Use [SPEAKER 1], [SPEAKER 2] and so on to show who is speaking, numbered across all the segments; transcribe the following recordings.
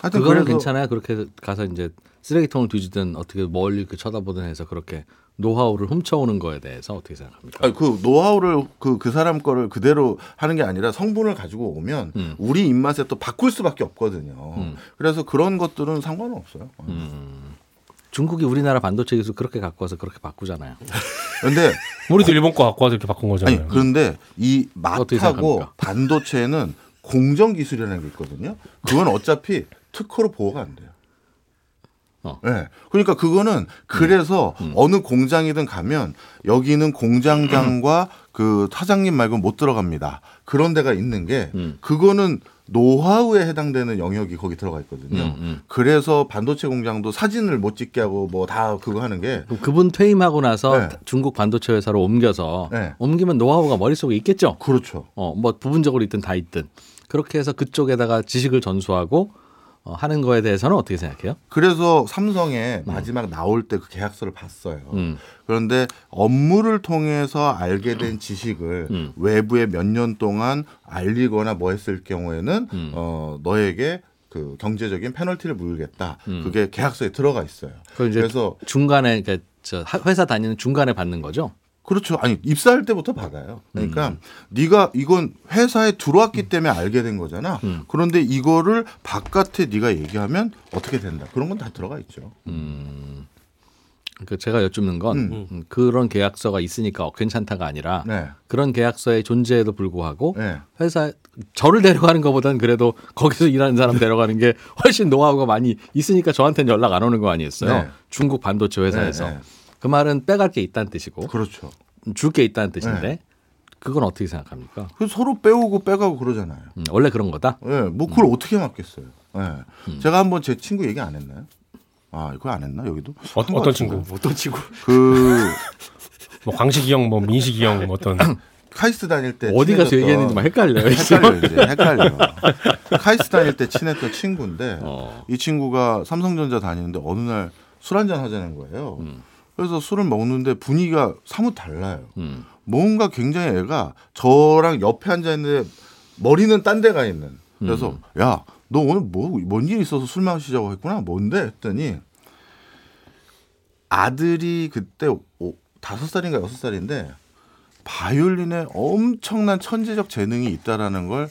[SPEAKER 1] 하여튼
[SPEAKER 2] 그거는
[SPEAKER 1] 그래서-
[SPEAKER 2] 괜찮아요. 그렇게 가서 이제 쓰레기통을 뒤지든 어떻게 멀리 그 쳐다보든 해서 그렇게 노하우를 훔쳐오는 거에 대해서 어떻게 생각합니까?
[SPEAKER 1] 아니, 그 노하우를 그 그 사람 거를 그대로 하는 게 아니라 성분을 가지고 오면
[SPEAKER 2] 음.
[SPEAKER 1] 우리 입맛에 또 바꿀 수밖에 없거든요. 그래서 그런 것들은 상관은 없어요.
[SPEAKER 2] 음. 중국이 우리나라 반도체 기술 그렇게 갖고 와서 그렇게 바꾸잖아요.
[SPEAKER 1] 그런데
[SPEAKER 3] 우리도 일본 거 갖고 와서 이렇게 바꾼
[SPEAKER 1] 아니
[SPEAKER 3] 거잖아요.
[SPEAKER 1] 그런데 이
[SPEAKER 2] 네. 어떻게
[SPEAKER 1] 맛하고
[SPEAKER 2] 생각합니까?
[SPEAKER 1] 반도체는 공정 기술이라는 게 있거든요. 그건 어차피 특허로 보호가 안 돼요.
[SPEAKER 2] 어. 음.
[SPEAKER 1] 네. 그러니까 그거는 그래서 어느 공장이든 가면 여기는 공장장과
[SPEAKER 2] 음.
[SPEAKER 1] 그 사장님 말고 못 들어갑니다. 그런 데가 있는 게
[SPEAKER 2] 음.
[SPEAKER 1] 그거는 노하우에 해당되는 영역이 거기 들어가 있거든요.
[SPEAKER 2] 음,
[SPEAKER 1] 그래서 반도체 공장도 사진을 못 찍게 하고 뭐 다 그거 하는 게
[SPEAKER 2] 그럼 그분 퇴임하고 나서
[SPEAKER 1] 네.
[SPEAKER 2] 중국 반도체 회사로 옮겨서
[SPEAKER 1] 네.
[SPEAKER 2] 옮기면 노하우가 머릿속에 있겠죠.
[SPEAKER 1] 그렇죠.
[SPEAKER 2] 어, 뭐 부분적으로 있든 다 있든 그렇게 해서 그쪽에다가 지식을 전수하고 어, 하는 거에 대해서는 어떻게 생각해요?
[SPEAKER 1] 그래서 삼성에 마지막 나올 때 그 계약서를 봤어요.
[SPEAKER 2] 음.
[SPEAKER 1] 그런데 업무를 통해서 알게 된 지식을
[SPEAKER 2] 음.
[SPEAKER 1] 외부에 몇 년 동안 알리거나 뭐 했을 경우에는
[SPEAKER 2] 음.
[SPEAKER 1] 어, 너에게 그 경제적인 페널티를 물겠다. 그게 계약서에 들어가 있어요.
[SPEAKER 2] 음. 그걸 이제
[SPEAKER 1] 그래서
[SPEAKER 2] 중간에 그러니까 저 하- 회사 다니는 중간에 받는 거죠.
[SPEAKER 1] 그렇죠. 아니 입사할 때부터 받아요. 그러니까
[SPEAKER 2] 음.
[SPEAKER 1] 네가 이건 회사에 들어왔기 때문에 알게 된 거잖아.
[SPEAKER 2] 음.
[SPEAKER 1] 그런데 이거를 바깥에 네가 얘기하면 어떻게 된다. 그런 건 다 들어가 있죠.
[SPEAKER 2] 뭐? 그 제가 여쭙는 건 음, 그런 계약서가 있으니까 어, 괜찮다가 아니라
[SPEAKER 1] 네.
[SPEAKER 2] 그런 계약서의 존재에도 불구하고
[SPEAKER 1] 네.
[SPEAKER 2] 회사 저를 데려가는 것보다는 그래도 거기서 일하는 사람 데려가는 게 훨씬 노하우가 많이 있으니까 저한테는 연락 안 오는 거 아니었어요?
[SPEAKER 1] 네.
[SPEAKER 2] 중국 반도체 회사에서
[SPEAKER 1] 네, 네.
[SPEAKER 2] 그 말은 빼갈 게 있다는 뜻이고
[SPEAKER 1] 그렇죠.
[SPEAKER 2] 줄 게 있다는 뜻인데
[SPEAKER 1] 네.
[SPEAKER 2] 그건 어떻게 생각합니까?
[SPEAKER 1] 그 서로 빼오고 빼가고 그러잖아요.
[SPEAKER 2] 음, 원래 그런 거다.
[SPEAKER 1] 예, 뭐 그걸
[SPEAKER 2] 음.
[SPEAKER 1] 어떻게 막겠어요. 예. 제가 한번 제 친구 얘기 안 했나요? 아, 이거 안 했나 여기도?
[SPEAKER 3] 어,
[SPEAKER 1] 한것 같은데.
[SPEAKER 3] 어떤 친구?
[SPEAKER 4] 어떤 친구?
[SPEAKER 1] 그
[SPEAKER 3] 뭐 광식이 형, 뭐 민식이 형 어떤
[SPEAKER 1] 카이스트 다닐 때
[SPEAKER 2] 어디 가서
[SPEAKER 1] 네, 친해졌던-
[SPEAKER 2] 얘기했는지 막 헷갈려요.
[SPEAKER 1] 헷갈려 이제 헷갈려. 카이스트 다닐 때 친했던 친구인데
[SPEAKER 2] 어.
[SPEAKER 1] 이 친구가 삼성전자 다니는데 어느 날 술 한잔 하자는 거예요. 그래서 술을 먹는데 분위기가 사뭇 달라요.
[SPEAKER 2] 음.
[SPEAKER 1] 뭔가 굉장히 애가 저랑 옆에 앉아 있는데 머리는 딴 데가 있는. 그래서 야, 너 오늘 뭐 뭔 일 있어서 술 마시자고 했구나. 뭔데? 했더니 아들이 그때 오- 다섯 살인가 여섯 살인데 바이올린에 엄청난 천재적 재능이 있다라는 걸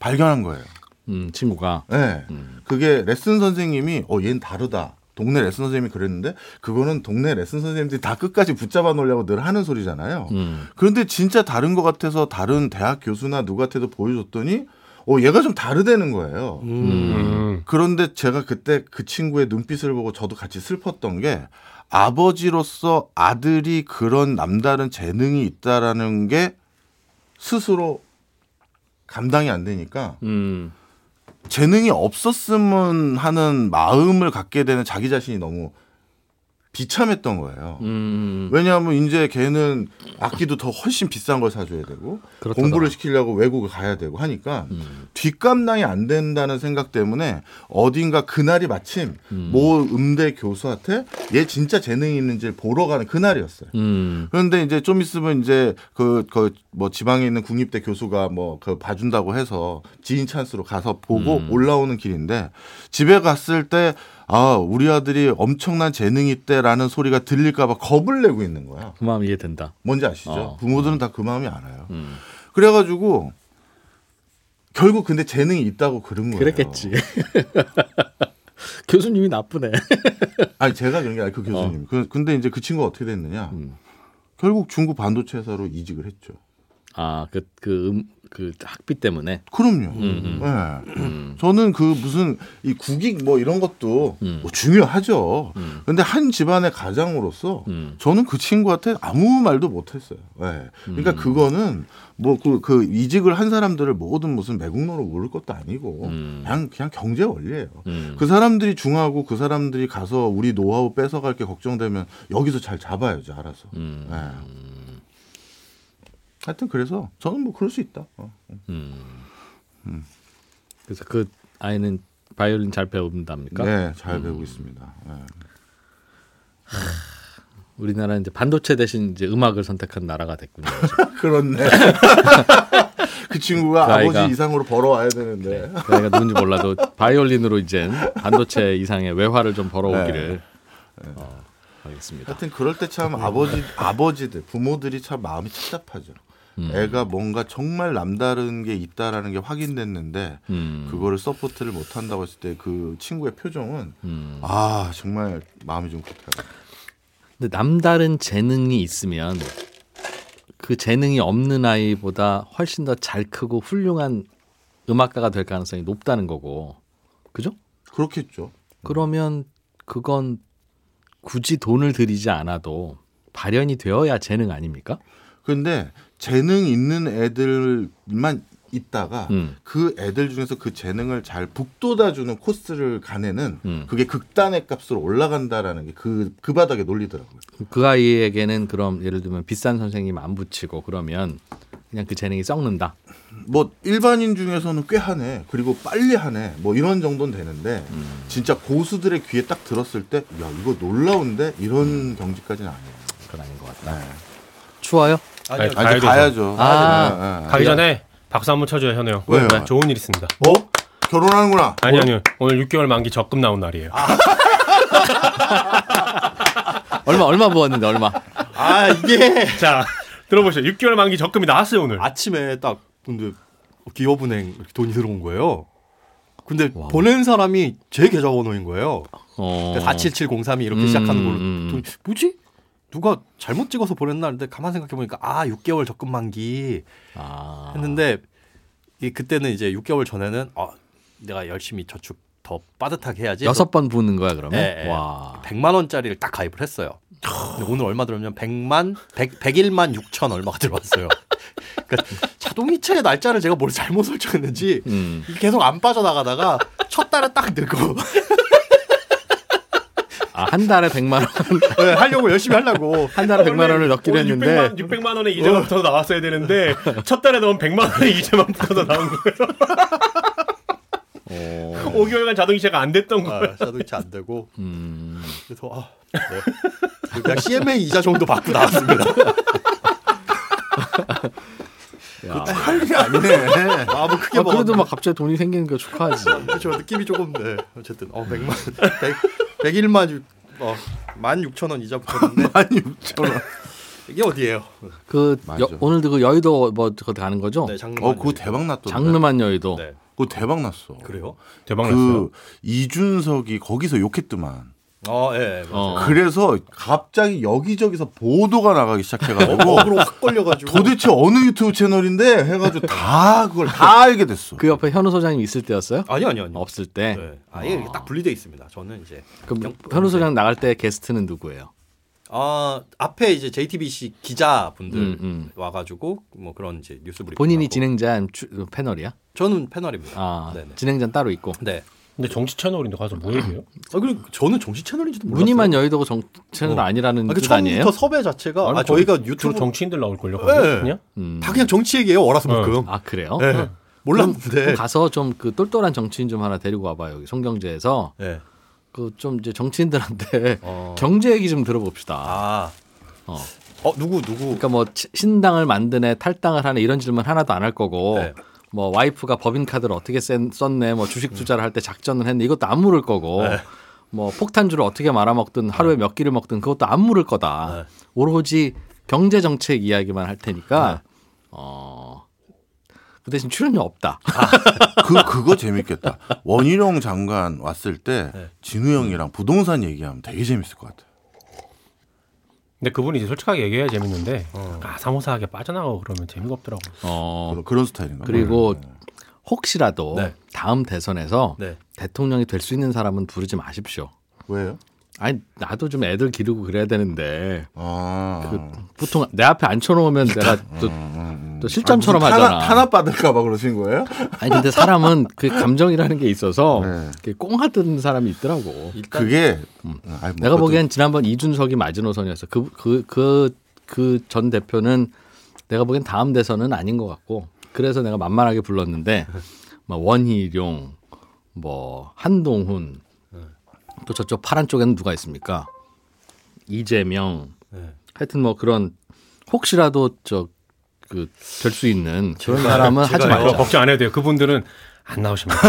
[SPEAKER 1] 발견한 거예요.
[SPEAKER 2] 음, 친구가
[SPEAKER 1] 예. 그게 레슨 선생님이 어 얘는 다르다. 동네 레슨 선생님이 그랬는데 그거는 동네 레슨 선생님들이 다 끝까지 붙잡아 놓으려고 늘 하는 소리잖아요. 그런데 진짜 다른 것 같아서 다른 대학 교수나 누구한테도 보여줬더니 어 얘가 좀 다르다는 거예요.
[SPEAKER 3] 음,
[SPEAKER 1] 그런데 제가 그때 그 친구의 눈빛을 보고 저도 같이 슬펐던 게 아버지로서 아들이 그런 남다른 재능이 있다라는 게 스스로 감당이 안 되니까
[SPEAKER 2] 음,
[SPEAKER 1] 재능이 없었으면 하는 마음을 갖게 되는 자기 자신이 너무 비참했던 거예요.
[SPEAKER 2] 음,
[SPEAKER 1] 왜냐하면 이제 걔는 악기도 더 훨씬 비싼 걸 사줘야 되고
[SPEAKER 2] 그렇다더라. 음.
[SPEAKER 1] 공부를 시키려고 외국을 가야 되고 하니까 뒷감당이 안 된다는 생각 때문에 어딘가 그날이 마침 모 음대 교수한테 얘 진짜 재능이 있는지 보러 가는 그날이었어요.
[SPEAKER 2] 음,
[SPEAKER 1] 그런데 이제 좀 있으면 이제 그 그 뭐 지방에 있는 국립대 교수가 뭐 그 봐준다고 해서 지인 찬스로 가서 보고
[SPEAKER 2] 음.
[SPEAKER 1] 올라오는 길인데 집에 갔을 때 아 우리 아들이 엄청난 재능이 있대라는 소리가 들릴까봐 겁을 내고 있는 거야.
[SPEAKER 2] 그 마음 이해된다.
[SPEAKER 1] 뭔지 아시죠?
[SPEAKER 2] 어.
[SPEAKER 1] 부모들은 다 그 마음이 알아요.
[SPEAKER 2] 음.
[SPEAKER 1] 그래가지고 결국 근데 재능이 있다고 그런 거예요.
[SPEAKER 2] 뭐 그랬겠지. 교수님이 나쁘네.
[SPEAKER 1] 아니 제가 그런 게
[SPEAKER 2] 어.
[SPEAKER 1] 아니라 그 교수님. 그, 근데 이제 그 친구가 어떻게 됐느냐?
[SPEAKER 2] 음.
[SPEAKER 1] 결국 중국 반도체 회사로 이직을 했죠.
[SPEAKER 2] 아, 그, 그, 음, 그 학비 때문에.
[SPEAKER 1] 그럼요. 예. 저는 그 무슨 이 국익 뭐 이런 것도 뭐 중요하죠. 근데 한 집안의 가장으로서
[SPEAKER 2] 음.
[SPEAKER 1] 저는 그 친구한테 아무 말도 못했어요. 예. 그러니까 그거는 뭐 그 이직을 한 사람들을 모든 무슨 매국노로 모를 것도 아니고 그냥 그냥 경제 원리예요.
[SPEAKER 2] 음.
[SPEAKER 1] 그 사람들이 중하고 그 사람들이 가서 우리 노하우 뺏어갈 게 걱정되면 여기서 잘 잡아야죠 알아서. 예. 하여튼 그래서 저는 뭐 그럴 수 있다. 어.
[SPEAKER 2] 그래서 그 아이는 바이올린 잘 네. 배운답니까?
[SPEAKER 1] 네, 잘 배우고 있습니다. 네.
[SPEAKER 2] 우리나라는 이제 반도체 대신 이제 음악을 선택한 나라가 됐군요.
[SPEAKER 1] 그렇네. 그 친구가
[SPEAKER 2] 그 아이가-
[SPEAKER 1] 아버지 이상으로 벌어와야 되는데.
[SPEAKER 2] 내가 누군지 몰라도 바이올린으로 이젠 반도체 이상의 외화를 좀 벌어오기를 어, 하겠습니다.
[SPEAKER 1] 하여튼 그럴 때 참 아버지 아버지들 부모들이 참 마음이 착잡하죠.
[SPEAKER 2] 음.
[SPEAKER 1] 애가 뭔가 정말 남다른 게 있다라는 게 확인됐는데
[SPEAKER 2] 음,
[SPEAKER 1] 그거를 서포트를 못 한다고 했을 때 그 친구의 표정은
[SPEAKER 2] 음.
[SPEAKER 1] 아 정말 마음이 좀 급해요.
[SPEAKER 2] 근데 남다른 재능이 있으면 그 재능이 없는 아이보다 훨씬 더 잘 크고 훌륭한 음악가가 될 가능성이 높다는 거고, 그죠?
[SPEAKER 1] 그렇겠죠.
[SPEAKER 2] 그러면 그건 굳이 돈을 들이지 않아도 발현이 되어야 재능 아닙니까?
[SPEAKER 1] 근데 재능 있는 애들만 있다가
[SPEAKER 2] 음.
[SPEAKER 1] 그 애들 중에서 그 재능을 잘 북돋아주는 코스를 가내는
[SPEAKER 2] 음.
[SPEAKER 1] 그게 극단의 값으로 올라간다라는 게 그 그 바닥에 놀리더라고요.
[SPEAKER 2] 그 아이에게는 그럼 예를 들면 비싼 선생님 안 붙이고 그러면 그냥 그 재능이 썩는다.
[SPEAKER 1] 뭐 일반인 중에서는 꽤 하네 그리고 빨리 하네 뭐 이런 정도는 되는데 진짜 고수들의 귀에 딱 들었을 때 야 이거 놀라운데 이런 경지까지는 아니에요.
[SPEAKER 2] 그건 아닌 것 같다. 추워요?
[SPEAKER 3] 아니,
[SPEAKER 1] 아, 이제
[SPEAKER 3] 가야
[SPEAKER 1] 가야죠.
[SPEAKER 2] 아.
[SPEAKER 1] 네, 네.
[SPEAKER 3] 가기 전에 박수 한번 쳐줘요 현우요.
[SPEAKER 1] 왜요?
[SPEAKER 3] 나 좋은 일 있습니다.
[SPEAKER 1] 어 결혼하는구나.
[SPEAKER 3] 아니 아니요 오늘 6개월 만기 적금 나온 날이에요.
[SPEAKER 2] 얼마 얼마 부었는데 얼마?
[SPEAKER 4] 아
[SPEAKER 2] 네.
[SPEAKER 4] 이게
[SPEAKER 3] 자 들어보시죠. 6개월 만기 적금이 나왔어요 오늘.
[SPEAKER 4] 아침에 딱 근데 기업은행 이렇게 돈이 들어온 거예요. 근데 보낸 사람이 제 계좌번호인 거예요. 그러니까
[SPEAKER 2] 어.
[SPEAKER 4] 그 47703이 이렇게
[SPEAKER 2] 음,
[SPEAKER 4] 시작하는 걸로
[SPEAKER 2] 음.
[SPEAKER 4] 돈- 뭐지? 누가 잘못 찍어서 보냈나 했는데 가만 생각해 보니까 아 6개월 적금 만기
[SPEAKER 2] 아.
[SPEAKER 4] 했는데 이 그때는 이제 6개월 전에는 어, 내가 열심히 저축 더 빠듯하게 해야지.
[SPEAKER 2] 여섯 번 부는 거야 그러면?
[SPEAKER 4] 예, 예.
[SPEAKER 2] 와.
[SPEAKER 4] 100만 원짜리를 딱 가입을 했어요. 근데 오늘 얼마 들었냐면 100만 100, 101만 6천 얼마가 들어왔어요. 그러니까 자동이체의 날짜를 제가 뭘 잘못 설정했는지
[SPEAKER 2] 음.
[SPEAKER 4] 이게 계속 안 빠져나가다가 첫 달에 딱 넣고
[SPEAKER 2] 아, 한 달에 100만 원.
[SPEAKER 4] 네, 하려고 열심히 하려고
[SPEAKER 2] 한 달에 100만 원을 넣기로
[SPEAKER 3] 오늘
[SPEAKER 2] 했는데
[SPEAKER 3] 600만, 600만 원의 이자가 붙어서 나왔어야 되는데 첫 달에 넣은 100만 원의 이자만 붙어서 나온 거예요.
[SPEAKER 2] 어.
[SPEAKER 3] 5개월간 자동이체가 안 됐던 거예요.
[SPEAKER 4] 아, 자동이체 안 되고
[SPEAKER 2] 음.
[SPEAKER 4] 그래서 아, 네. 그냥 CMA 이자 정도 받고 나왔습니다.
[SPEAKER 2] 야.
[SPEAKER 1] 할 일이 아니네.
[SPEAKER 4] 아뭐 크게
[SPEAKER 2] 아,
[SPEAKER 4] 먹었
[SPEAKER 2] 그래도 막 갑자기 돈이 생기는 거 축하하지.
[SPEAKER 4] 그렇죠 느낌이 조금 네 어쨌든 어 100만 100, 101만 6 어, 16,000원 이자 붙었는데
[SPEAKER 1] 아니 육천.
[SPEAKER 4] 이게 어디예요?
[SPEAKER 2] 그
[SPEAKER 1] 맞아.
[SPEAKER 2] 여, 오늘도 그 여의도 뭐 그거 가는 거죠? 어.
[SPEAKER 4] 네, 장르
[SPEAKER 1] 어 그거 대박 났던데.
[SPEAKER 2] 장르만 여의도.
[SPEAKER 4] 네.
[SPEAKER 1] 그거 대박 났어.
[SPEAKER 4] 그래요?
[SPEAKER 3] 대박
[SPEAKER 1] 그 이준석이 거기서 욕했더만.
[SPEAKER 4] 어, 예. 예.
[SPEAKER 2] 어.
[SPEAKER 1] 그래서 갑자기 여기저기서 보도가 나가기 시작해가지고
[SPEAKER 4] 어그로 확 걸려가지고
[SPEAKER 1] 도대체 어느 유튜브 채널인데 해가지고 다 그걸 다 알게 됐어.
[SPEAKER 2] 그 옆에 현우 소장님 있을 때였어요?
[SPEAKER 4] 아니 아니 아니
[SPEAKER 2] 없을 때.
[SPEAKER 4] 네. 아예 네. 이게 딱 분리돼 있습니다. 저는 이제
[SPEAKER 2] 그럼 현우 소장 나갈 때 게스트는 누구예요?
[SPEAKER 4] 아 앞에 이제 JTBC 기자분들
[SPEAKER 2] 음, 음.
[SPEAKER 4] 와가지고 뭐 그런 이제 뉴스 브리핑
[SPEAKER 2] 본인이
[SPEAKER 4] 하고.
[SPEAKER 2] 진행자 추- 패널이야?
[SPEAKER 4] 저는 패널입니다.
[SPEAKER 2] 아
[SPEAKER 4] 네네.
[SPEAKER 2] 진행자 는 따로 있고.
[SPEAKER 4] 네.
[SPEAKER 3] 근데 정치 채널인데 가서 뭐 해요?
[SPEAKER 4] 아 그리고 저는 정치 채널인지도 몰랐어요.
[SPEAKER 2] 무늬만 여의도고 정체는
[SPEAKER 4] 어.
[SPEAKER 2] 아니라는
[SPEAKER 4] 아, 그
[SPEAKER 2] 뜻
[SPEAKER 4] 처음부터
[SPEAKER 2] 아니에요?
[SPEAKER 4] 섭외 자체가
[SPEAKER 3] 아니,
[SPEAKER 4] 아, 저희가 유튜브
[SPEAKER 3] 정치인들 나올 걸요.
[SPEAKER 4] 네.
[SPEAKER 3] 그냥
[SPEAKER 2] 음.
[SPEAKER 4] 다 그냥 정치 얘기예요. 어라스만큼.
[SPEAKER 2] 아 그래요?
[SPEAKER 4] 네.
[SPEAKER 2] 그럼
[SPEAKER 4] 몰랐는데.
[SPEAKER 2] 가서 좀 그 똘똘한 정치인 좀 하나 데리고 와봐요. 여기 송경제에서
[SPEAKER 4] 네.
[SPEAKER 2] 그 좀 이제 정치인들한테
[SPEAKER 4] 어.
[SPEAKER 2] 경제 얘기 좀 들어봅시다.
[SPEAKER 4] 아.
[SPEAKER 2] 어.
[SPEAKER 4] 어 누구 누구.
[SPEAKER 2] 그러니까 뭐 치- 신당을 만드네 탈당을 하네 이런 질문 하나도 안 할 거고
[SPEAKER 4] 네.
[SPEAKER 2] 뭐 와이프가 법인 카드를 어떻게 센- 썼네 뭐 주식 투자를 할 때 작전을 했네 이것도 안 물을 거고
[SPEAKER 4] 네.
[SPEAKER 2] 뭐 폭탄주를 어떻게 말아먹든 하루에 몇 끼를 먹든 그것도 안 물을 거다
[SPEAKER 4] 네.
[SPEAKER 2] 오로지 경제 정책 이야기만 할 테니까
[SPEAKER 4] 네.
[SPEAKER 2] 어. 그 대신 출연료 없다.
[SPEAKER 1] 그 그거 재밌겠다. 원희룡 장관 왔을 때
[SPEAKER 2] 네.
[SPEAKER 1] 진우 형이랑 부동산 얘기하면 되게 재밌을 것 같아.
[SPEAKER 3] 근데 그분이 이제 솔직하게 얘기해야 재밌는데 아 사모사하게 빠져나가고 그러면 재미가 없더라고.
[SPEAKER 2] 어,
[SPEAKER 1] 그런- 그런 스타일인가?
[SPEAKER 2] 그리고
[SPEAKER 1] 음.
[SPEAKER 2] 혹시라도
[SPEAKER 4] 네.
[SPEAKER 2] 다음 대선에서
[SPEAKER 4] 네.
[SPEAKER 2] 대통령이 될 수 있는 사람은 부르지 마십시오.
[SPEAKER 1] 뭐. 왜요?
[SPEAKER 2] 아니 나도 좀 애들 기르고 그래야 되는데
[SPEAKER 1] 아.
[SPEAKER 2] 그 보통 내 앞에 앉혀놓으면 내가
[SPEAKER 1] 음,
[SPEAKER 2] 또, 또 실전처럼
[SPEAKER 1] 무슨
[SPEAKER 2] 하잖아.
[SPEAKER 1] 탄압, 탄압 받을까봐 그러신 거예요?
[SPEAKER 2] 아니 근데 사람은 그 감정이라는 게 있어서
[SPEAKER 1] 네.
[SPEAKER 2] 이렇게 꽁하던 사람이 있더라고.
[SPEAKER 4] 그러니까 일단
[SPEAKER 1] 그게 아니, 뭐
[SPEAKER 2] 음. 내가
[SPEAKER 1] 그것도-
[SPEAKER 2] 보기엔 지난번 이준석이 마지노선이었어. 그 그 그 그 전 대표는 내가 보기엔 다음 대선은 아닌 것 같고 그래서 내가 만만하게 불렀는데 뭐 원희룡 뭐 한동훈 또 저쪽 파란 쪽에는 누가 있습니까? 이재명
[SPEAKER 1] 네.
[SPEAKER 2] 하여튼 뭐 그런 혹시라도 저 그 될 수 있는 아, 그런 사람은 하지
[SPEAKER 3] 그거
[SPEAKER 2] 말자.
[SPEAKER 3] 걱정 안 해도 돼요. 그분들은 안 나오십니다.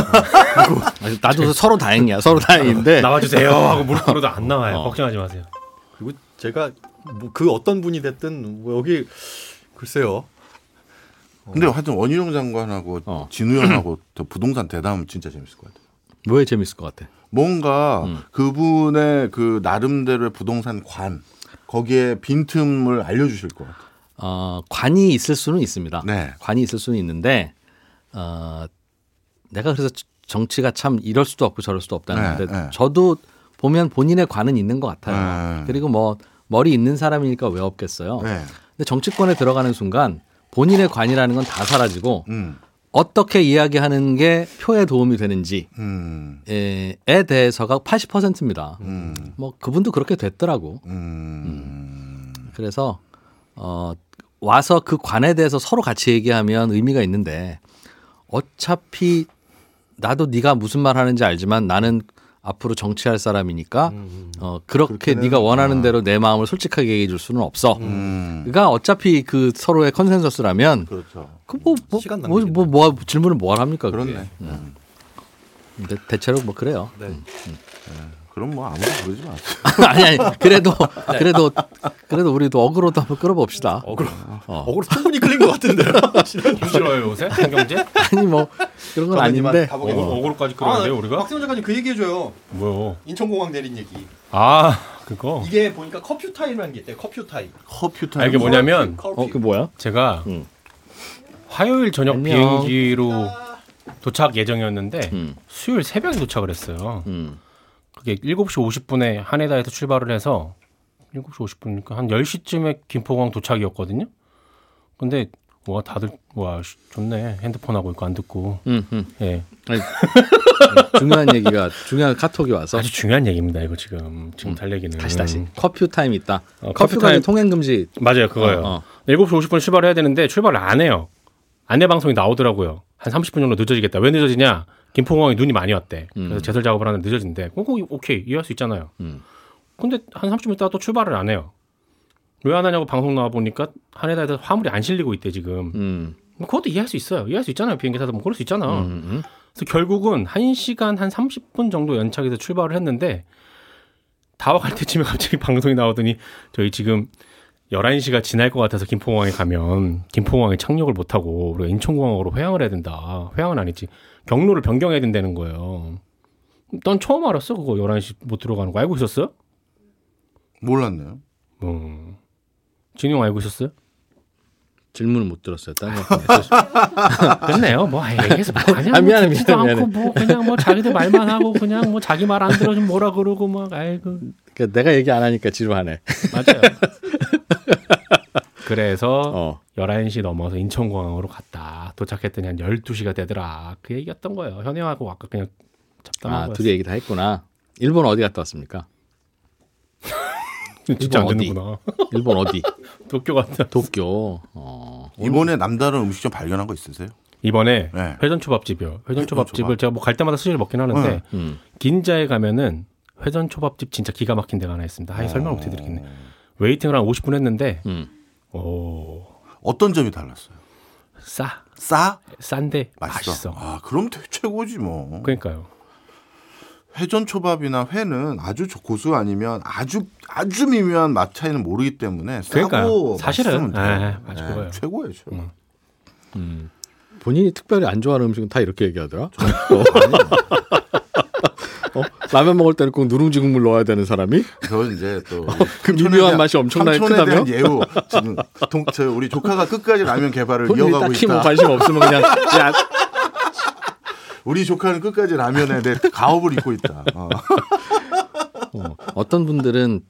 [SPEAKER 2] 아니, 나도 서로 다행이야. 서로 다행인데
[SPEAKER 3] 나와주세요 하고 무릎 꿇어도 안 나와요.
[SPEAKER 2] 네. 어.
[SPEAKER 3] 걱정하지 마세요.
[SPEAKER 4] 그리고 제가 뭐 그 어떤 분이 됐든 뭐 여기 글쎄요.
[SPEAKER 1] 근데 하여튼 원희룡 장관하고
[SPEAKER 2] 어.
[SPEAKER 1] 진우 형하고 저 부동산 대담 진짜 재밌을 것 같아요.
[SPEAKER 2] 뭐에 재밌을 것 같아.
[SPEAKER 1] 뭔가 그분의 그 나름대로의 부동산 관 거기에 빈틈을 알려주실 것 같아요.
[SPEAKER 2] 어, 관이 있을 수는 있습니다.
[SPEAKER 1] 네.
[SPEAKER 2] 관이 있을 수는 있는데 어, 내가 그래서 정치가 참 이럴 수도 없고 저럴 수도 없다는
[SPEAKER 1] 네,
[SPEAKER 2] 건데
[SPEAKER 1] 네.
[SPEAKER 2] 저도 보면 본인의 관은 있는 것 같아요.
[SPEAKER 1] 네.
[SPEAKER 2] 그리고 뭐 머리 있는 사람이니까 왜 없겠어요.
[SPEAKER 1] 네.
[SPEAKER 2] 근데 정치권에 들어가는 순간 본인의 관이라는 건 다 사라지고
[SPEAKER 1] 음,
[SPEAKER 2] 어떻게 이야기하는 게 표에 도움이 되는지
[SPEAKER 1] 음,
[SPEAKER 2] 에, 에 대해서가 80%입니다.
[SPEAKER 1] 음,
[SPEAKER 2] 뭐 그분도 그렇게 됐더라고.
[SPEAKER 1] 음.
[SPEAKER 2] 그래서 어, 와서 그 관에 대해서 서로 같이 얘기하면 의미가 있는데 어차피 나도 네가 무슨 말 하는지 알지만 나는 앞으로 정치할
[SPEAKER 4] 음,
[SPEAKER 2] 사람이니까 어, 그렇게 네가 원하는 대로 내 마음을 솔직하게 얘기해 줄 수는 없어.
[SPEAKER 1] 음.
[SPEAKER 2] 그러니까 어차피 그 서로의 컨센서스라면
[SPEAKER 1] 그렇죠.
[SPEAKER 2] 그뭐뭐 뭐,
[SPEAKER 4] 시간
[SPEAKER 2] 뭐,
[SPEAKER 4] 낭비겠네.
[SPEAKER 2] 뭐, 뭐 질문을 뭘 합니까? 그게.
[SPEAKER 1] 그렇네. 음.
[SPEAKER 2] 근데 대체로 뭐 그래요.
[SPEAKER 4] 네.
[SPEAKER 1] 그럼 뭐 아무도 그러지 마세요.
[SPEAKER 2] 아니 아니 그래도 그래도 그래도 우리도 어그로도 한번 끌어봅시다.
[SPEAKER 4] 네. 어그로 어그로 충분히 끌린 것 같은데요.
[SPEAKER 3] 힘들어요 요새 한경제?
[SPEAKER 2] 아니 뭐 그런 건
[SPEAKER 4] 저는 이만
[SPEAKER 2] 아닌데.
[SPEAKER 4] 가보겠습니다.
[SPEAKER 3] 어그로, 어그로까지
[SPEAKER 4] 아,
[SPEAKER 3] 끌어내요 우리가?
[SPEAKER 4] 박세훈 작가님 그 얘기해줘요.
[SPEAKER 3] 뭐요?
[SPEAKER 4] 인천공항 내린 얘기.
[SPEAKER 3] 아 그거.
[SPEAKER 4] 이게 보니까 커퓨 타임이라는 게 있대요. 커퓨 타임.
[SPEAKER 1] 커퓨터.
[SPEAKER 3] 아, 이게 뭐냐면
[SPEAKER 4] 커퓨.
[SPEAKER 2] 어 그 뭐야?
[SPEAKER 3] 제가
[SPEAKER 2] 음.
[SPEAKER 3] 화요일 저녁
[SPEAKER 2] 안녕.
[SPEAKER 3] 비행기로 도착 예정이었는데
[SPEAKER 2] 음.
[SPEAKER 3] 수요일 새벽에 도착을 했어요.
[SPEAKER 2] 음.
[SPEAKER 3] 그게 7시 50분에 하네다에서 출발을 해서 7시 50분이니까 한 10시쯤에 김포공항 도착이었거든요. 근데 와 다들 와 씨, 좋네 핸드폰 하고 있고 안 듣고
[SPEAKER 2] 음, 음.
[SPEAKER 3] 예
[SPEAKER 2] 아니, 중요한 얘기가 중요한 카톡이 와서
[SPEAKER 3] 아주 중요한 얘기입니다 이거 지금 지금 달 얘기는
[SPEAKER 2] 음. 다시 다시 커피 타임 있다.
[SPEAKER 3] 어, 커피
[SPEAKER 2] 커피가
[SPEAKER 3] 타임.
[SPEAKER 2] 통행 금지.
[SPEAKER 3] 맞아요 그거예요
[SPEAKER 2] 어, 어.
[SPEAKER 3] 7시 50분에 출발해야 되는데 출발을 안 해요 안내 방송이 나오더라고요 한 30분 정도 늦어지겠다 왜 늦어지냐 김포공항에 눈이 많이 왔대 그래서 제설 작업을 하는데 늦어진대 꽁꽁 오케이 이해할 수 있잖아요
[SPEAKER 2] 음.
[SPEAKER 3] 근데 한 30분 있다가 또 출발을 안 해요 왜 안 하냐고 방송 나와 보니까 한해다에서 화물이 안 실리고 있대 지금
[SPEAKER 2] 음.
[SPEAKER 3] 뭐 그것도 이해할 수 있어요 이해할 수 있잖아요 비행기 타다 보면 그럴 수 있잖아
[SPEAKER 2] 음, 음.
[SPEAKER 3] 그래서 결국은 1시간 한 30분 정도 연착해서 출발을 했는데 다 와갈 때쯤에 갑자기 방송이 나오더니 저희 지금 11시가 지날 것 같아서 김포공항에 가면 김포공항에 착륙을 못하고 우리가 인천공항으로 회항을 해야 된다. 회항은 아니지. 경로를 변경해야 된다는 거예요. 넌 처음 알았어? 그거 11시 못 들어가는 거 알고 있었어?
[SPEAKER 1] 몰랐네요.
[SPEAKER 3] 음. 진용 알고 있었어요?
[SPEAKER 2] 질문을 못 들었어요. 딴거 같은데.
[SPEAKER 3] 됐네요. 뭐 아예 얘기해서 뭐 그냥
[SPEAKER 2] 아,
[SPEAKER 3] 뭐
[SPEAKER 2] 미안해,
[SPEAKER 3] 듣지도
[SPEAKER 2] 미안해,
[SPEAKER 3] 않고 뭐 그냥 뭐 자기들 말만 하고 그냥 뭐 자기 말 안 들어주면 뭐라 그러고 막 아이고
[SPEAKER 2] 그러니까 내가 얘기 안 하니까 지루하네.
[SPEAKER 3] 맞아요. 그래서
[SPEAKER 2] 어.
[SPEAKER 3] 11시 넘어서 인천공항으로 갔다. 도착했더니 한 12시가 되더라. 그 얘기였던 거예요. 현영하고 아까 그냥 잡담한
[SPEAKER 2] 아,
[SPEAKER 3] 거였어요.
[SPEAKER 2] 둘이 얘기 다 했구나. 일본 어디 갔다 왔습니까?
[SPEAKER 3] 진짜 안
[SPEAKER 2] 어디?
[SPEAKER 3] 되는구나.
[SPEAKER 2] 일본 어디?
[SPEAKER 3] 도쿄 갔다.
[SPEAKER 2] 도쿄. 어.
[SPEAKER 1] 이번에 남다른 음식점 발견한 거 있으세요?
[SPEAKER 3] 이번에
[SPEAKER 1] 네.
[SPEAKER 3] 회전초밥집이요. 회전초밥집을
[SPEAKER 1] 회전초밥.
[SPEAKER 3] 제가 뭐 갈 때마다 수시로 먹긴 하는데
[SPEAKER 1] 네.
[SPEAKER 2] 음.
[SPEAKER 3] 긴자에 가면은 회전초밥집 진짜 기가 막힌 데가 하나 있습니다. 아예 설명 못 해드리겠네. 웨이팅을 한 50분 했는데
[SPEAKER 2] 음.
[SPEAKER 3] 오
[SPEAKER 1] 어떤 점이 달랐어요?
[SPEAKER 3] 싸.
[SPEAKER 1] 싸?
[SPEAKER 3] 싼데
[SPEAKER 1] 맛있어.
[SPEAKER 3] 맛있어.
[SPEAKER 1] 아, 그럼 대- 최고지 뭐.
[SPEAKER 3] 그러니까요.
[SPEAKER 1] 회전 초밥이나 회는 아주 저- 고수 아니면 아주 아주 미묘한 맛 차이는 모르기 때문에
[SPEAKER 3] 그러니까요.
[SPEAKER 1] 싸고 맛있으면
[SPEAKER 3] 사실은,
[SPEAKER 1] 돼요.
[SPEAKER 3] 예, 맞아, 그거예요.
[SPEAKER 1] 최고예요, 최고.
[SPEAKER 2] 본인이 특별히 안 좋아하는 음식은 다 이렇게 얘기하더라. 어? 라면 먹을 때는 꼭 누룽지 국물 넣어야 되는 사람이?
[SPEAKER 1] 저 이제 또
[SPEAKER 2] 그
[SPEAKER 1] 삼촌에
[SPEAKER 2] 미묘한
[SPEAKER 1] 대한-
[SPEAKER 2] 맛이 엄청나게
[SPEAKER 1] 삼촌에 대한
[SPEAKER 2] 크다며?
[SPEAKER 1] 예우 지금 동, 저 우리 조카가 끝까지 라면 개발을
[SPEAKER 2] 본인이
[SPEAKER 1] 이어가고
[SPEAKER 2] 딱히
[SPEAKER 1] 있다.
[SPEAKER 2] 뭐 관심 없으면 그냥 야
[SPEAKER 1] 우리 조카는 끝까지 라면에 내 가업을 잇고 있다. 어.
[SPEAKER 2] 어, 어떤 분들은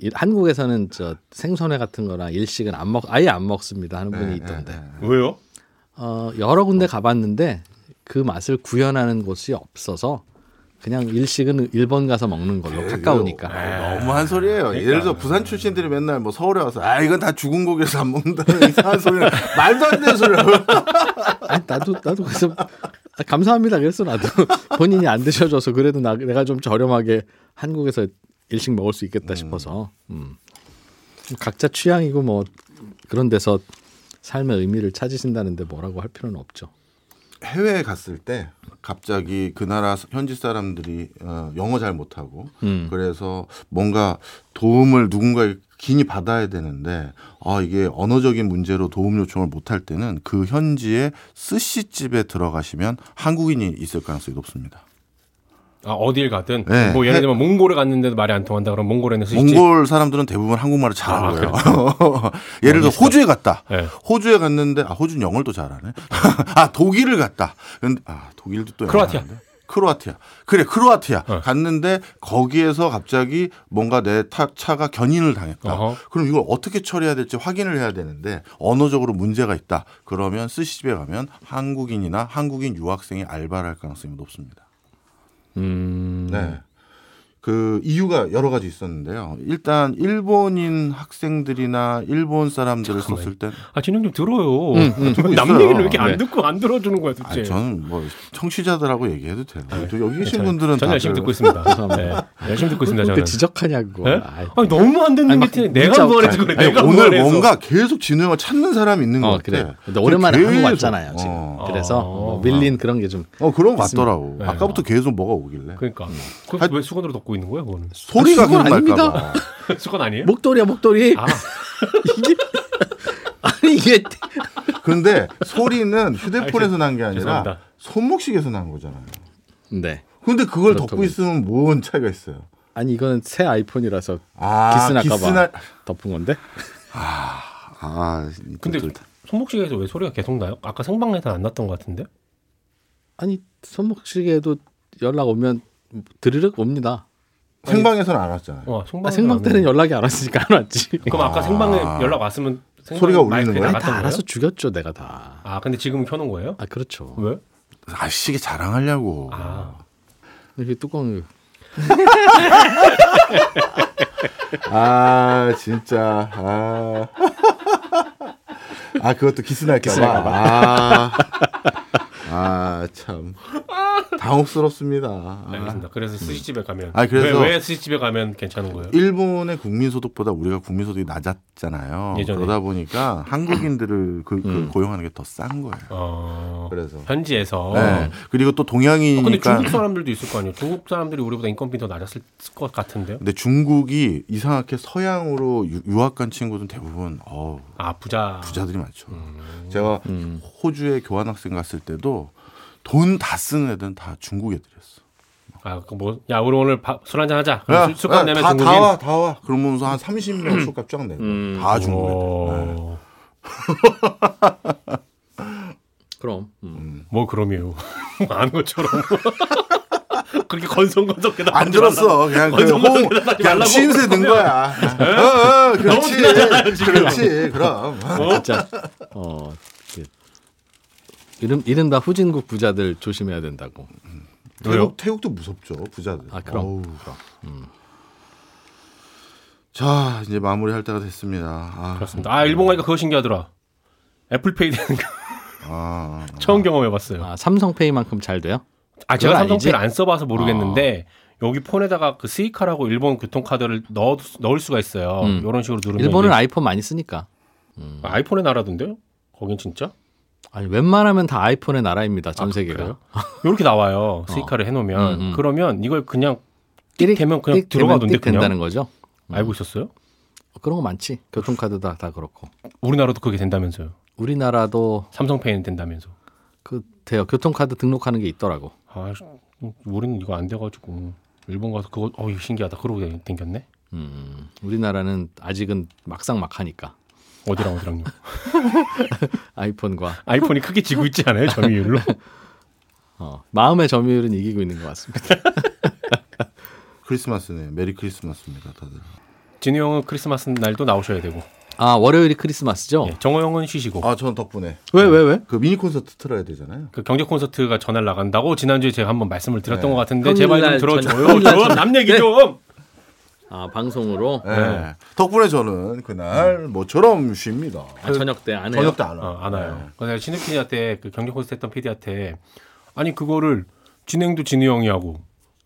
[SPEAKER 2] 이- 한국에서는 저 생선회 같은 거나 일식은 안 먹, 아예 안 먹습니다 하는 분이 있던데.
[SPEAKER 3] 왜요?
[SPEAKER 2] 어, 여러 군데 가봤는데 그 맛을 구현하는 곳이 없어서 그냥 일식은 일본 가서 먹는 걸로 가까우니까.
[SPEAKER 1] 너무 한 소리예요. 예를 들어 부산 출신들이 맨날 뭐 서울에 와서 아 이건 다 죽은 고기에서 안 먹는다는 이상한 소리는 말도 안 되는 소리를.
[SPEAKER 2] 아니, 나도 나도 그래서 아, 감사합니다 그랬어 나도 본인이 안 드셔줘서 그래도 나, 내가 좀 저렴하게 한국에서 일식 먹을 수 있겠다 싶어서. 음. 각자 취향이고 뭐 그런 데서 삶의 의미를 찾으신다는데 뭐라고 할 필요는 없죠.
[SPEAKER 1] 해외에 갔을 때 갑자기 그 나라 현지 사람들이 어, 영어 잘 못하고
[SPEAKER 3] 음.
[SPEAKER 1] 그래서 뭔가 도움을 누군가의 긴히 받아야 되는데 아 이게 언어적인 문제로 도움 요청을 못할 때는 그 현지의 스시집에 들어가시면 한국인이 있을 가능성이 높습니다.
[SPEAKER 3] 아, 어딜 가든
[SPEAKER 1] 네.
[SPEAKER 3] 뭐 예를 들면 몽골에 갔는데도 말이 안 통한다 그러면 몽골에는 스시집 아,
[SPEAKER 1] 몽골 사람들은 대부분 한국말을 잘하고요. 예를 들어 호주에 갔다.
[SPEAKER 3] 네.
[SPEAKER 1] 호주에 갔는데 아 호주는 영어를 또 잘하네. 아 독일을 갔다. 근데 아 독일도 또 영어
[SPEAKER 3] 크로아티아. 어.
[SPEAKER 1] 잘하는데? 크로아티아. 그래 크로아티아 갔는데 거기에서 갑자기 뭔가 내 타, 차가 견인을 당했다.
[SPEAKER 3] 어허.
[SPEAKER 1] 그럼 이걸 어떻게 처리해야 될지 확인을 해야 되는데 언어적으로 문제가 있다. 그러면 스시집에 가면 한국인이나 한국인 유학생이 알바를 할 가능성이 높습니다.
[SPEAKER 3] 음.
[SPEAKER 1] 네. 그 이유가 여러 가지 있었는데요. 일단 일본인 학생들이나 일본 사람들을 썼을 때
[SPEAKER 3] 아 진영 좀 들어요
[SPEAKER 1] 음, 듣고
[SPEAKER 3] 남
[SPEAKER 1] 있어요.
[SPEAKER 3] 얘기를 왜 이렇게 안
[SPEAKER 2] 네.
[SPEAKER 3] 듣고 안 들어주는 거야
[SPEAKER 1] 아,
[SPEAKER 3] 도대체
[SPEAKER 1] 저는 뭐 청취자들하고 얘기해도 돼요.
[SPEAKER 2] 네.
[SPEAKER 1] 또 여기 계신 분들은
[SPEAKER 3] 저는 열심히
[SPEAKER 1] 다들-
[SPEAKER 3] 듣고 있습니다
[SPEAKER 2] 죄송합니다.
[SPEAKER 3] 네, 열심히 듣고 있습니다
[SPEAKER 2] 그렇게
[SPEAKER 3] 저는
[SPEAKER 2] 지적하냐고.
[SPEAKER 1] 예?
[SPEAKER 3] 네?
[SPEAKER 2] 아이,
[SPEAKER 3] 아니 너무 안
[SPEAKER 2] 아니,
[SPEAKER 3] 듣는
[SPEAKER 2] 막
[SPEAKER 3] 게 티네
[SPEAKER 2] 문자
[SPEAKER 3] 내가 무관해서
[SPEAKER 2] 오고.
[SPEAKER 3] 그래
[SPEAKER 1] 아니,
[SPEAKER 3] 내가
[SPEAKER 1] 오늘
[SPEAKER 3] 무관해서.
[SPEAKER 1] 뭔가 계속 진우 형을 찾는 사람이 있는 것
[SPEAKER 2] 어
[SPEAKER 1] 같아.
[SPEAKER 2] 그래. 근데 오랜만에
[SPEAKER 1] 계속-
[SPEAKER 2] 한국 왔잖아요 지금.
[SPEAKER 1] 어,
[SPEAKER 2] 그래서
[SPEAKER 3] 아.
[SPEAKER 2] 뭐 밀린 그런 게 좀
[SPEAKER 1] 어, 그런 거 같더라고.
[SPEAKER 3] 네.
[SPEAKER 1] 아까부터 계속 뭐가 오길래
[SPEAKER 3] 그러니까 그걸
[SPEAKER 1] 하-
[SPEAKER 3] 왜 수건으로 덮고 있는 거야 그거는
[SPEAKER 1] 소리가
[SPEAKER 2] 아, 그건
[SPEAKER 1] 계속 날까
[SPEAKER 2] 아닙니다.
[SPEAKER 1] 봐.
[SPEAKER 3] 수건 아니에요?
[SPEAKER 2] 목도리야 목도리.
[SPEAKER 3] 아
[SPEAKER 2] 이게 아니 이게
[SPEAKER 1] 근데 소리는 휴대폰에서 난 게 아니라
[SPEAKER 3] 죄송합니다.
[SPEAKER 1] 손목시계에서 난 거잖아요.
[SPEAKER 2] 네.
[SPEAKER 1] 근데 그걸 덮고
[SPEAKER 2] 그렇다고요.
[SPEAKER 1] 있으면 뭔 차이가 있어요.
[SPEAKER 2] 아니 이거는 새 아이폰이라서
[SPEAKER 1] 아,
[SPEAKER 2] 기스날까봐
[SPEAKER 1] 기스날-
[SPEAKER 2] 덮은 건데.
[SPEAKER 1] 아,
[SPEAKER 3] 근데 손목시계에서 왜 소리가 계속 나요? 아까 생방에서 안 났던 것 같은데
[SPEAKER 2] 아니 손목시계도 연락 오면 드르륵 옵니다.
[SPEAKER 1] 생방에서는 안 왔잖아요.
[SPEAKER 3] 어
[SPEAKER 2] 아,
[SPEAKER 3] 생방
[SPEAKER 2] 생방 때는 연락이 안 왔으니까 안 왔지.
[SPEAKER 3] 그럼 아까 생방에 연락 왔으면 생방
[SPEAKER 1] 소리가 울리는
[SPEAKER 3] 마이크에
[SPEAKER 1] 거예요?
[SPEAKER 2] 아니,
[SPEAKER 3] 나갔던
[SPEAKER 2] 다
[SPEAKER 3] 거예요?
[SPEAKER 2] 알아서 죽였죠 내가 다.
[SPEAKER 3] 아 근데 지금 켜놓은 거예요?
[SPEAKER 2] 아 그렇죠.
[SPEAKER 3] 왜?
[SPEAKER 1] 아시게 자랑하려고.
[SPEAKER 3] 아
[SPEAKER 2] 이렇게 뚜껑
[SPEAKER 1] 아 진짜 아. 아 그것도 기스날까봐. 아, 아, 참 당혹스럽습니다. 아.
[SPEAKER 3] 알겠습니다. 그래서 스시집에 가면
[SPEAKER 1] 아, 그래서-
[SPEAKER 3] 왜, 왜 스시집에 가면 괜찮은 거예요?
[SPEAKER 1] 일본의 국민소득보다 우리가 국민소득이 낮았잖아요.
[SPEAKER 3] 예전에. 음.
[SPEAKER 1] 그러다 보니까 한국인들을 그, 그 고용하는 게 더 싼 거예요.
[SPEAKER 3] 어
[SPEAKER 1] 그래서
[SPEAKER 3] 현지에서 아,
[SPEAKER 1] 네. 그러니까. 그리고 또
[SPEAKER 3] 근데
[SPEAKER 1] 동양이니까
[SPEAKER 3] 중국 사람들도 있을 거 아니에요? 중국 사람들이 우리보다 인건비 더 낮았을 것 같은데요?
[SPEAKER 1] 근데 중국이 이상하게 서양으로 유- 유학 간 친구들은 대부분 어우
[SPEAKER 3] 아 부자
[SPEAKER 1] 부자들이 많죠.
[SPEAKER 3] 음.
[SPEAKER 1] 제가 호주에 교환학생 갔을 때도 돈 다 쓰는 애들은 다 중국 애들이었어.
[SPEAKER 3] 아뭐야 우리 오늘 술 한잔 하자 그럼
[SPEAKER 1] 야,
[SPEAKER 3] 술- 술값
[SPEAKER 1] 야,
[SPEAKER 3] 내면
[SPEAKER 1] 다,
[SPEAKER 3] 중국인 음.
[SPEAKER 1] 다 와, 다 와. 그러면서 한 30명 술값 쫙 내고 다
[SPEAKER 3] 어.
[SPEAKER 1] 중국 애들. 네.
[SPEAKER 3] 오,
[SPEAKER 2] 그럼 음.
[SPEAKER 3] 뭐 그럼이요 아는 것처럼 그렇게 건성건성 해다
[SPEAKER 1] 안 들었어. 그냥 그 호흡, 그냥 신세 든 거야. 어, 어, 그렇지. 그렇지. 그럼.
[SPEAKER 2] 아, 진짜 어 그, 이름 이른바 후진국 부자들 조심해야 된다고.
[SPEAKER 3] 왜요? 음.
[SPEAKER 1] 태국, 태국도 무섭죠. 부자들.
[SPEAKER 2] 아, 그럼.
[SPEAKER 1] 어우, 그럼. 자, 이제 마무리할 때가 됐습니다. 아,
[SPEAKER 3] 그렇습니다 아 일본 가니까 그거 신기하더라 애플페이 되는 거
[SPEAKER 1] 아.
[SPEAKER 3] 처음 경험해봤어요
[SPEAKER 2] 아 삼성페이만큼 잘 돼요?
[SPEAKER 3] 아 제가
[SPEAKER 2] 그건 아니지? 아.
[SPEAKER 3] 삼성페이를 안 써봐서 모르겠는데 여기 폰에다가 그 스이카라고 일본 교통카드를 넣어 넣을 수가 있어요.
[SPEAKER 2] 음.
[SPEAKER 3] 이런 식으로 누르면
[SPEAKER 2] 일본은
[SPEAKER 3] 이게-
[SPEAKER 2] 아이폰 많이 쓰니까.
[SPEAKER 3] 아, 아이폰의 나라던데요? 거긴 진짜?
[SPEAKER 2] 아니 웬만하면 다 아이폰의 나라입니다 전 세계가.
[SPEAKER 3] 그래요? 이렇게 나와요. 스이카를 해놓으면
[SPEAKER 2] 음, 음.
[SPEAKER 3] 그러면 이걸 그냥
[SPEAKER 2] 끼릭
[SPEAKER 3] 되면 그냥
[SPEAKER 2] 띡 되면
[SPEAKER 3] 들어가던데
[SPEAKER 2] 띡
[SPEAKER 3] 그냥
[SPEAKER 2] 된다는 거죠?
[SPEAKER 3] 알고 있었어요?
[SPEAKER 2] 그런 거 많지. 교통카드 다, 다 그렇고.
[SPEAKER 3] 우리나라도 그게 된다면서요?
[SPEAKER 2] 우리나라도
[SPEAKER 3] 삼성페이는 된다면서?
[SPEAKER 2] 그 돼요. 교통카드 등록하는 게 있더라고.
[SPEAKER 3] 아 씨, 우리는 이거 안 돼가지고 일본 가서 그거 어 이거 신기하다 그러고 댕- 댕겼네.
[SPEAKER 2] 음, 우리나라는 아직은 막상 막하니까
[SPEAKER 3] 어디랑 어디랑요?
[SPEAKER 2] 아이폰과
[SPEAKER 3] 아이폰이 크게 지고 있지 않아요 점유율로?
[SPEAKER 2] 어, 마음의 점유율은 이기고 있는 것 같습니다.
[SPEAKER 1] 크리스마스네. 메리 크리스마스입니다, 다들.
[SPEAKER 3] 진우 형은 크리스마스 날도 나오셔야 되고
[SPEAKER 2] 아 월요일이 크리스마스죠?
[SPEAKER 3] 예, 정호 형은 쉬시고
[SPEAKER 1] 아, 저는 덕분에
[SPEAKER 2] 왜 왜 왜?
[SPEAKER 1] 그 미니 콘서트 틀어야 되잖아요.
[SPEAKER 3] 그 경제 콘서트가 전날 나간다고 지난주에 제가 한번 말씀을 드렸던
[SPEAKER 1] 네.
[SPEAKER 3] 것 같은데
[SPEAKER 2] 평일날 네.
[SPEAKER 3] 제발 좀
[SPEAKER 2] 전-
[SPEAKER 3] 들어줘요. 좀 남 얘기 좀.
[SPEAKER 2] 아 방송으로
[SPEAKER 1] 예. 덕분에 저는 그날
[SPEAKER 2] 음.
[SPEAKER 1] 모처럼 쉽니다.
[SPEAKER 2] 아, 저녁 때 안 해요.
[SPEAKER 1] 저녁 때 안 와요.
[SPEAKER 3] 어, 안
[SPEAKER 2] 네.
[SPEAKER 3] 와요. 그래서 신우 PD한테 그 경제 콘서트 했던 PD한테 아니 그거를 진행도 진우 형이 하고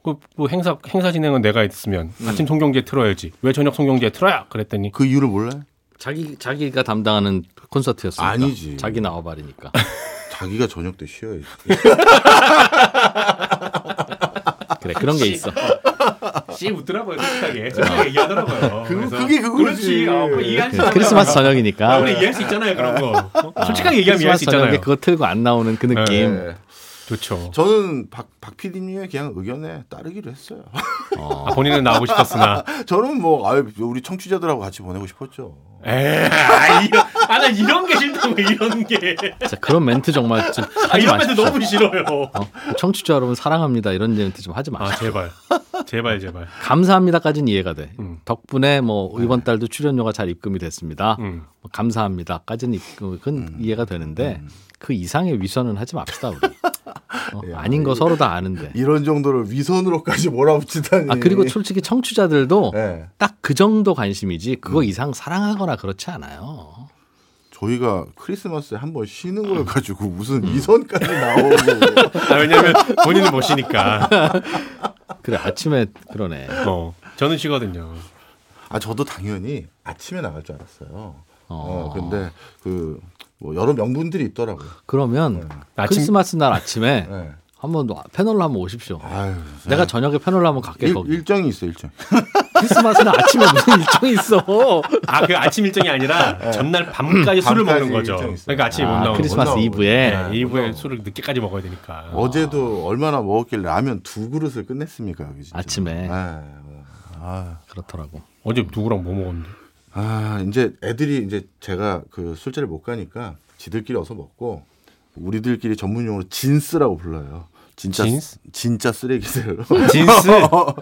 [SPEAKER 3] 그, 뭐 행사 행사 진행은 내가 있으면
[SPEAKER 2] 음.
[SPEAKER 3] 아침 송경제 틀어야지. 왜 저녁 송경제 틀어야? 그랬더니
[SPEAKER 1] 그 이유를 몰라요?
[SPEAKER 2] 자기 자기가 담당하는 콘서트였으니까
[SPEAKER 1] 아니지.
[SPEAKER 2] 자기 나와버리니까
[SPEAKER 1] 자기가 저녁 때 쉬어야지.
[SPEAKER 2] 그래 그런 게 있어.
[SPEAKER 3] 씨 웃더라고요 솔직하게. 솔직하게 얘기하더라고요. 아,
[SPEAKER 1] 그- 그래서 그게 그거지. 그렇지. 어, 그거
[SPEAKER 3] 뭐 이해할 수
[SPEAKER 2] 예. 크리스마스 저녁이니까
[SPEAKER 3] 이해할 수 있잖아요 그런 거. 어? 솔직하게 그
[SPEAKER 2] 크리스마스 저녁에 그거 틀고 안 나오는 그 느낌.
[SPEAKER 1] 네.
[SPEAKER 3] 좋죠.
[SPEAKER 1] 저는 박박 PD님의 그냥 의견에 따르기로 했어요.
[SPEAKER 2] 어.
[SPEAKER 3] 아, 본인은 나오고 싶었으나.
[SPEAKER 1] 저는 뭐 아유, 우리 청취자들하고 같이 보내고 싶었죠.
[SPEAKER 3] 에이, 아, 이런, 아, 나 이런 게 싫다고, 이런 게.
[SPEAKER 2] 진짜 그런 멘트 정말 좀
[SPEAKER 3] 아,
[SPEAKER 2] 하지
[SPEAKER 3] 이런 멘트
[SPEAKER 2] 마십시오.
[SPEAKER 3] 너무 싫어요.
[SPEAKER 2] 어? 청취자 여러분 사랑합니다 이런 멘트 좀 하지 마시오
[SPEAKER 3] 아, 제발. 제발, 제발.
[SPEAKER 2] 감사합니다까지는 이해가 돼.
[SPEAKER 3] 음.
[SPEAKER 2] 덕분에 뭐 이번 달도 출연료가 잘 입금이 됐습니다.
[SPEAKER 3] 음.
[SPEAKER 2] 뭐 감사합니다까지는 입금은 이해가 되는데 그 이상의 위선은 하지 맙시다 우리. 어,
[SPEAKER 1] 예,
[SPEAKER 2] 아닌 거 서로 다 아는데.
[SPEAKER 1] 이런 정도를 위선으로까지 몰아붙이다니.
[SPEAKER 2] 아 그리고 솔직히 청취자들도
[SPEAKER 1] 네.
[SPEAKER 2] 딱 그 정도 관심이지 그거 이상 사랑하거나 그렇지 않아요.
[SPEAKER 1] 저희가 크리스마스에 한 번 쉬는
[SPEAKER 2] 아.
[SPEAKER 1] 걸 가지고 무슨
[SPEAKER 2] 음.
[SPEAKER 1] 위선까지 나오고
[SPEAKER 3] 아, 왜냐면 본인은 못 쉬니까.
[SPEAKER 2] 그래 아침에 그러네.
[SPEAKER 3] 어, 저는 쉬거든요.
[SPEAKER 1] 아 저도 당연히 아침에 나갈 줄 알았어요. 어,
[SPEAKER 2] 어.
[SPEAKER 1] 근데 그 뭐 여러 명분들이 있더라고요.
[SPEAKER 2] 그러면
[SPEAKER 3] 아침-
[SPEAKER 2] 크리스마스 날 아침에
[SPEAKER 1] 네.
[SPEAKER 2] 한번 패널로 한번 오십시오.
[SPEAKER 1] 아유,
[SPEAKER 2] 내가 저녁에 패널로 한번 갈게
[SPEAKER 1] 예. 일,
[SPEAKER 2] 거기.
[SPEAKER 1] 일정이 있어 일정.
[SPEAKER 2] 크리스마스는 아침에 무슨 일정이 있어.
[SPEAKER 3] 아, 그 아침 일정이 아니라 전날 밤까지 술을
[SPEAKER 1] 예. 밤까지
[SPEAKER 3] 먹는 거죠.
[SPEAKER 1] 일정이 있어요.
[SPEAKER 3] 그러니까 아침에
[SPEAKER 2] 아,
[SPEAKER 3] 못 나오는
[SPEAKER 2] 크리스마스
[SPEAKER 1] 거죠.
[SPEAKER 2] 이브에
[SPEAKER 3] 거죠. 네, 이후에 술을 늦게까지 먹어야 되니까.
[SPEAKER 2] 아.
[SPEAKER 1] 어제도 얼마나 먹었길래 라면 두 그릇을 끝냈습니까 여기 진짜.
[SPEAKER 2] 아침에.
[SPEAKER 1] 아, 뭐. 아,
[SPEAKER 2] 네, 그렇더라고.
[SPEAKER 3] 어제 누구랑 뭐 먹었는데?
[SPEAKER 1] 아, 이제 애들이 이제 제가 그 술자리 못 가니까 지들끼리 어서 먹고 우리들끼리 전문용어로 진스라고 불러요. 진짜
[SPEAKER 3] 진스?
[SPEAKER 1] 진짜 쓰레기들.
[SPEAKER 3] 진스?
[SPEAKER 1] 어,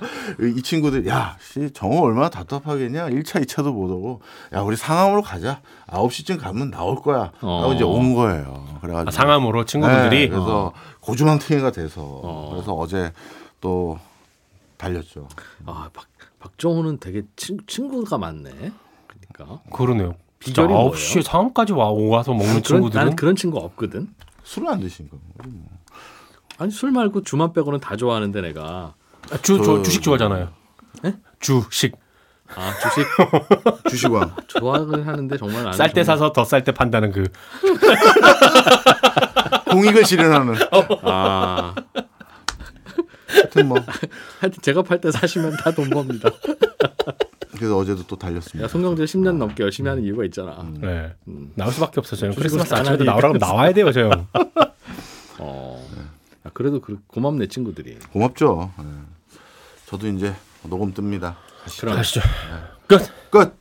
[SPEAKER 1] 이 친구들 야, 씨 정호 얼마나 답답하겠냐. 1차, 2차도 못 오고. 야, 우리 상암으로 가자. 9시쯤 가면 나올 거야. 하고
[SPEAKER 2] 어.
[SPEAKER 1] 이제 온 거예요. 그래 가지고 네,
[SPEAKER 3] 아, 상암으로 친구분들이. 어.
[SPEAKER 1] 그래서 고주망태가 돼서 그래서 어제 또 달렸죠.
[SPEAKER 2] 아, 박 박정호는 되게 친, 친구가 많네. 그러니까.
[SPEAKER 3] 그러네요. 진짜
[SPEAKER 2] 비결이
[SPEAKER 3] 9시에 상암까지 와, 와서 먹는
[SPEAKER 2] 나는 그런,
[SPEAKER 3] 친구들은.
[SPEAKER 2] 나는 그런 친구 없거든.
[SPEAKER 1] 술을 안 드신 거. 뭐.
[SPEAKER 2] 아니 술 말고 주만 빼고는 다 좋아하는데 내가.
[SPEAKER 3] 아, 주, 저, 네?
[SPEAKER 1] 저-
[SPEAKER 3] 주식 좋아하잖아요.
[SPEAKER 2] 예?
[SPEAKER 3] 주식.
[SPEAKER 2] 아 주식
[SPEAKER 1] 주식왕.
[SPEAKER 2] 좋아하긴 하는데 정말 안.
[SPEAKER 3] 쌀 때 사서 더 쌀 때 판다는 그.
[SPEAKER 1] 공익을 실현하는.
[SPEAKER 2] 아
[SPEAKER 1] 하여튼 뭐
[SPEAKER 2] 하여튼 제가 팔 때 사시면 다 돈 법니다.
[SPEAKER 1] 그래서 어제도 또
[SPEAKER 2] 야
[SPEAKER 1] 달렸습니다.
[SPEAKER 2] 송경재 10년 넘게 열심히 하는 이유가 있잖아.
[SPEAKER 3] 네. 나올 수밖에 없었어요. 크리스마스
[SPEAKER 2] 안
[SPEAKER 3] 아침에도
[SPEAKER 2] 하니.
[SPEAKER 3] 나오라고 하면 나와야 돼요, 저 형.
[SPEAKER 2] 어. 야, 그래도 그, 고맙네 친구들이.
[SPEAKER 1] 네.
[SPEAKER 2] 그러니까.
[SPEAKER 1] 고맙죠. 예. 저도 이제 녹음 뜹니다.
[SPEAKER 3] 가시죠.
[SPEAKER 1] 끝.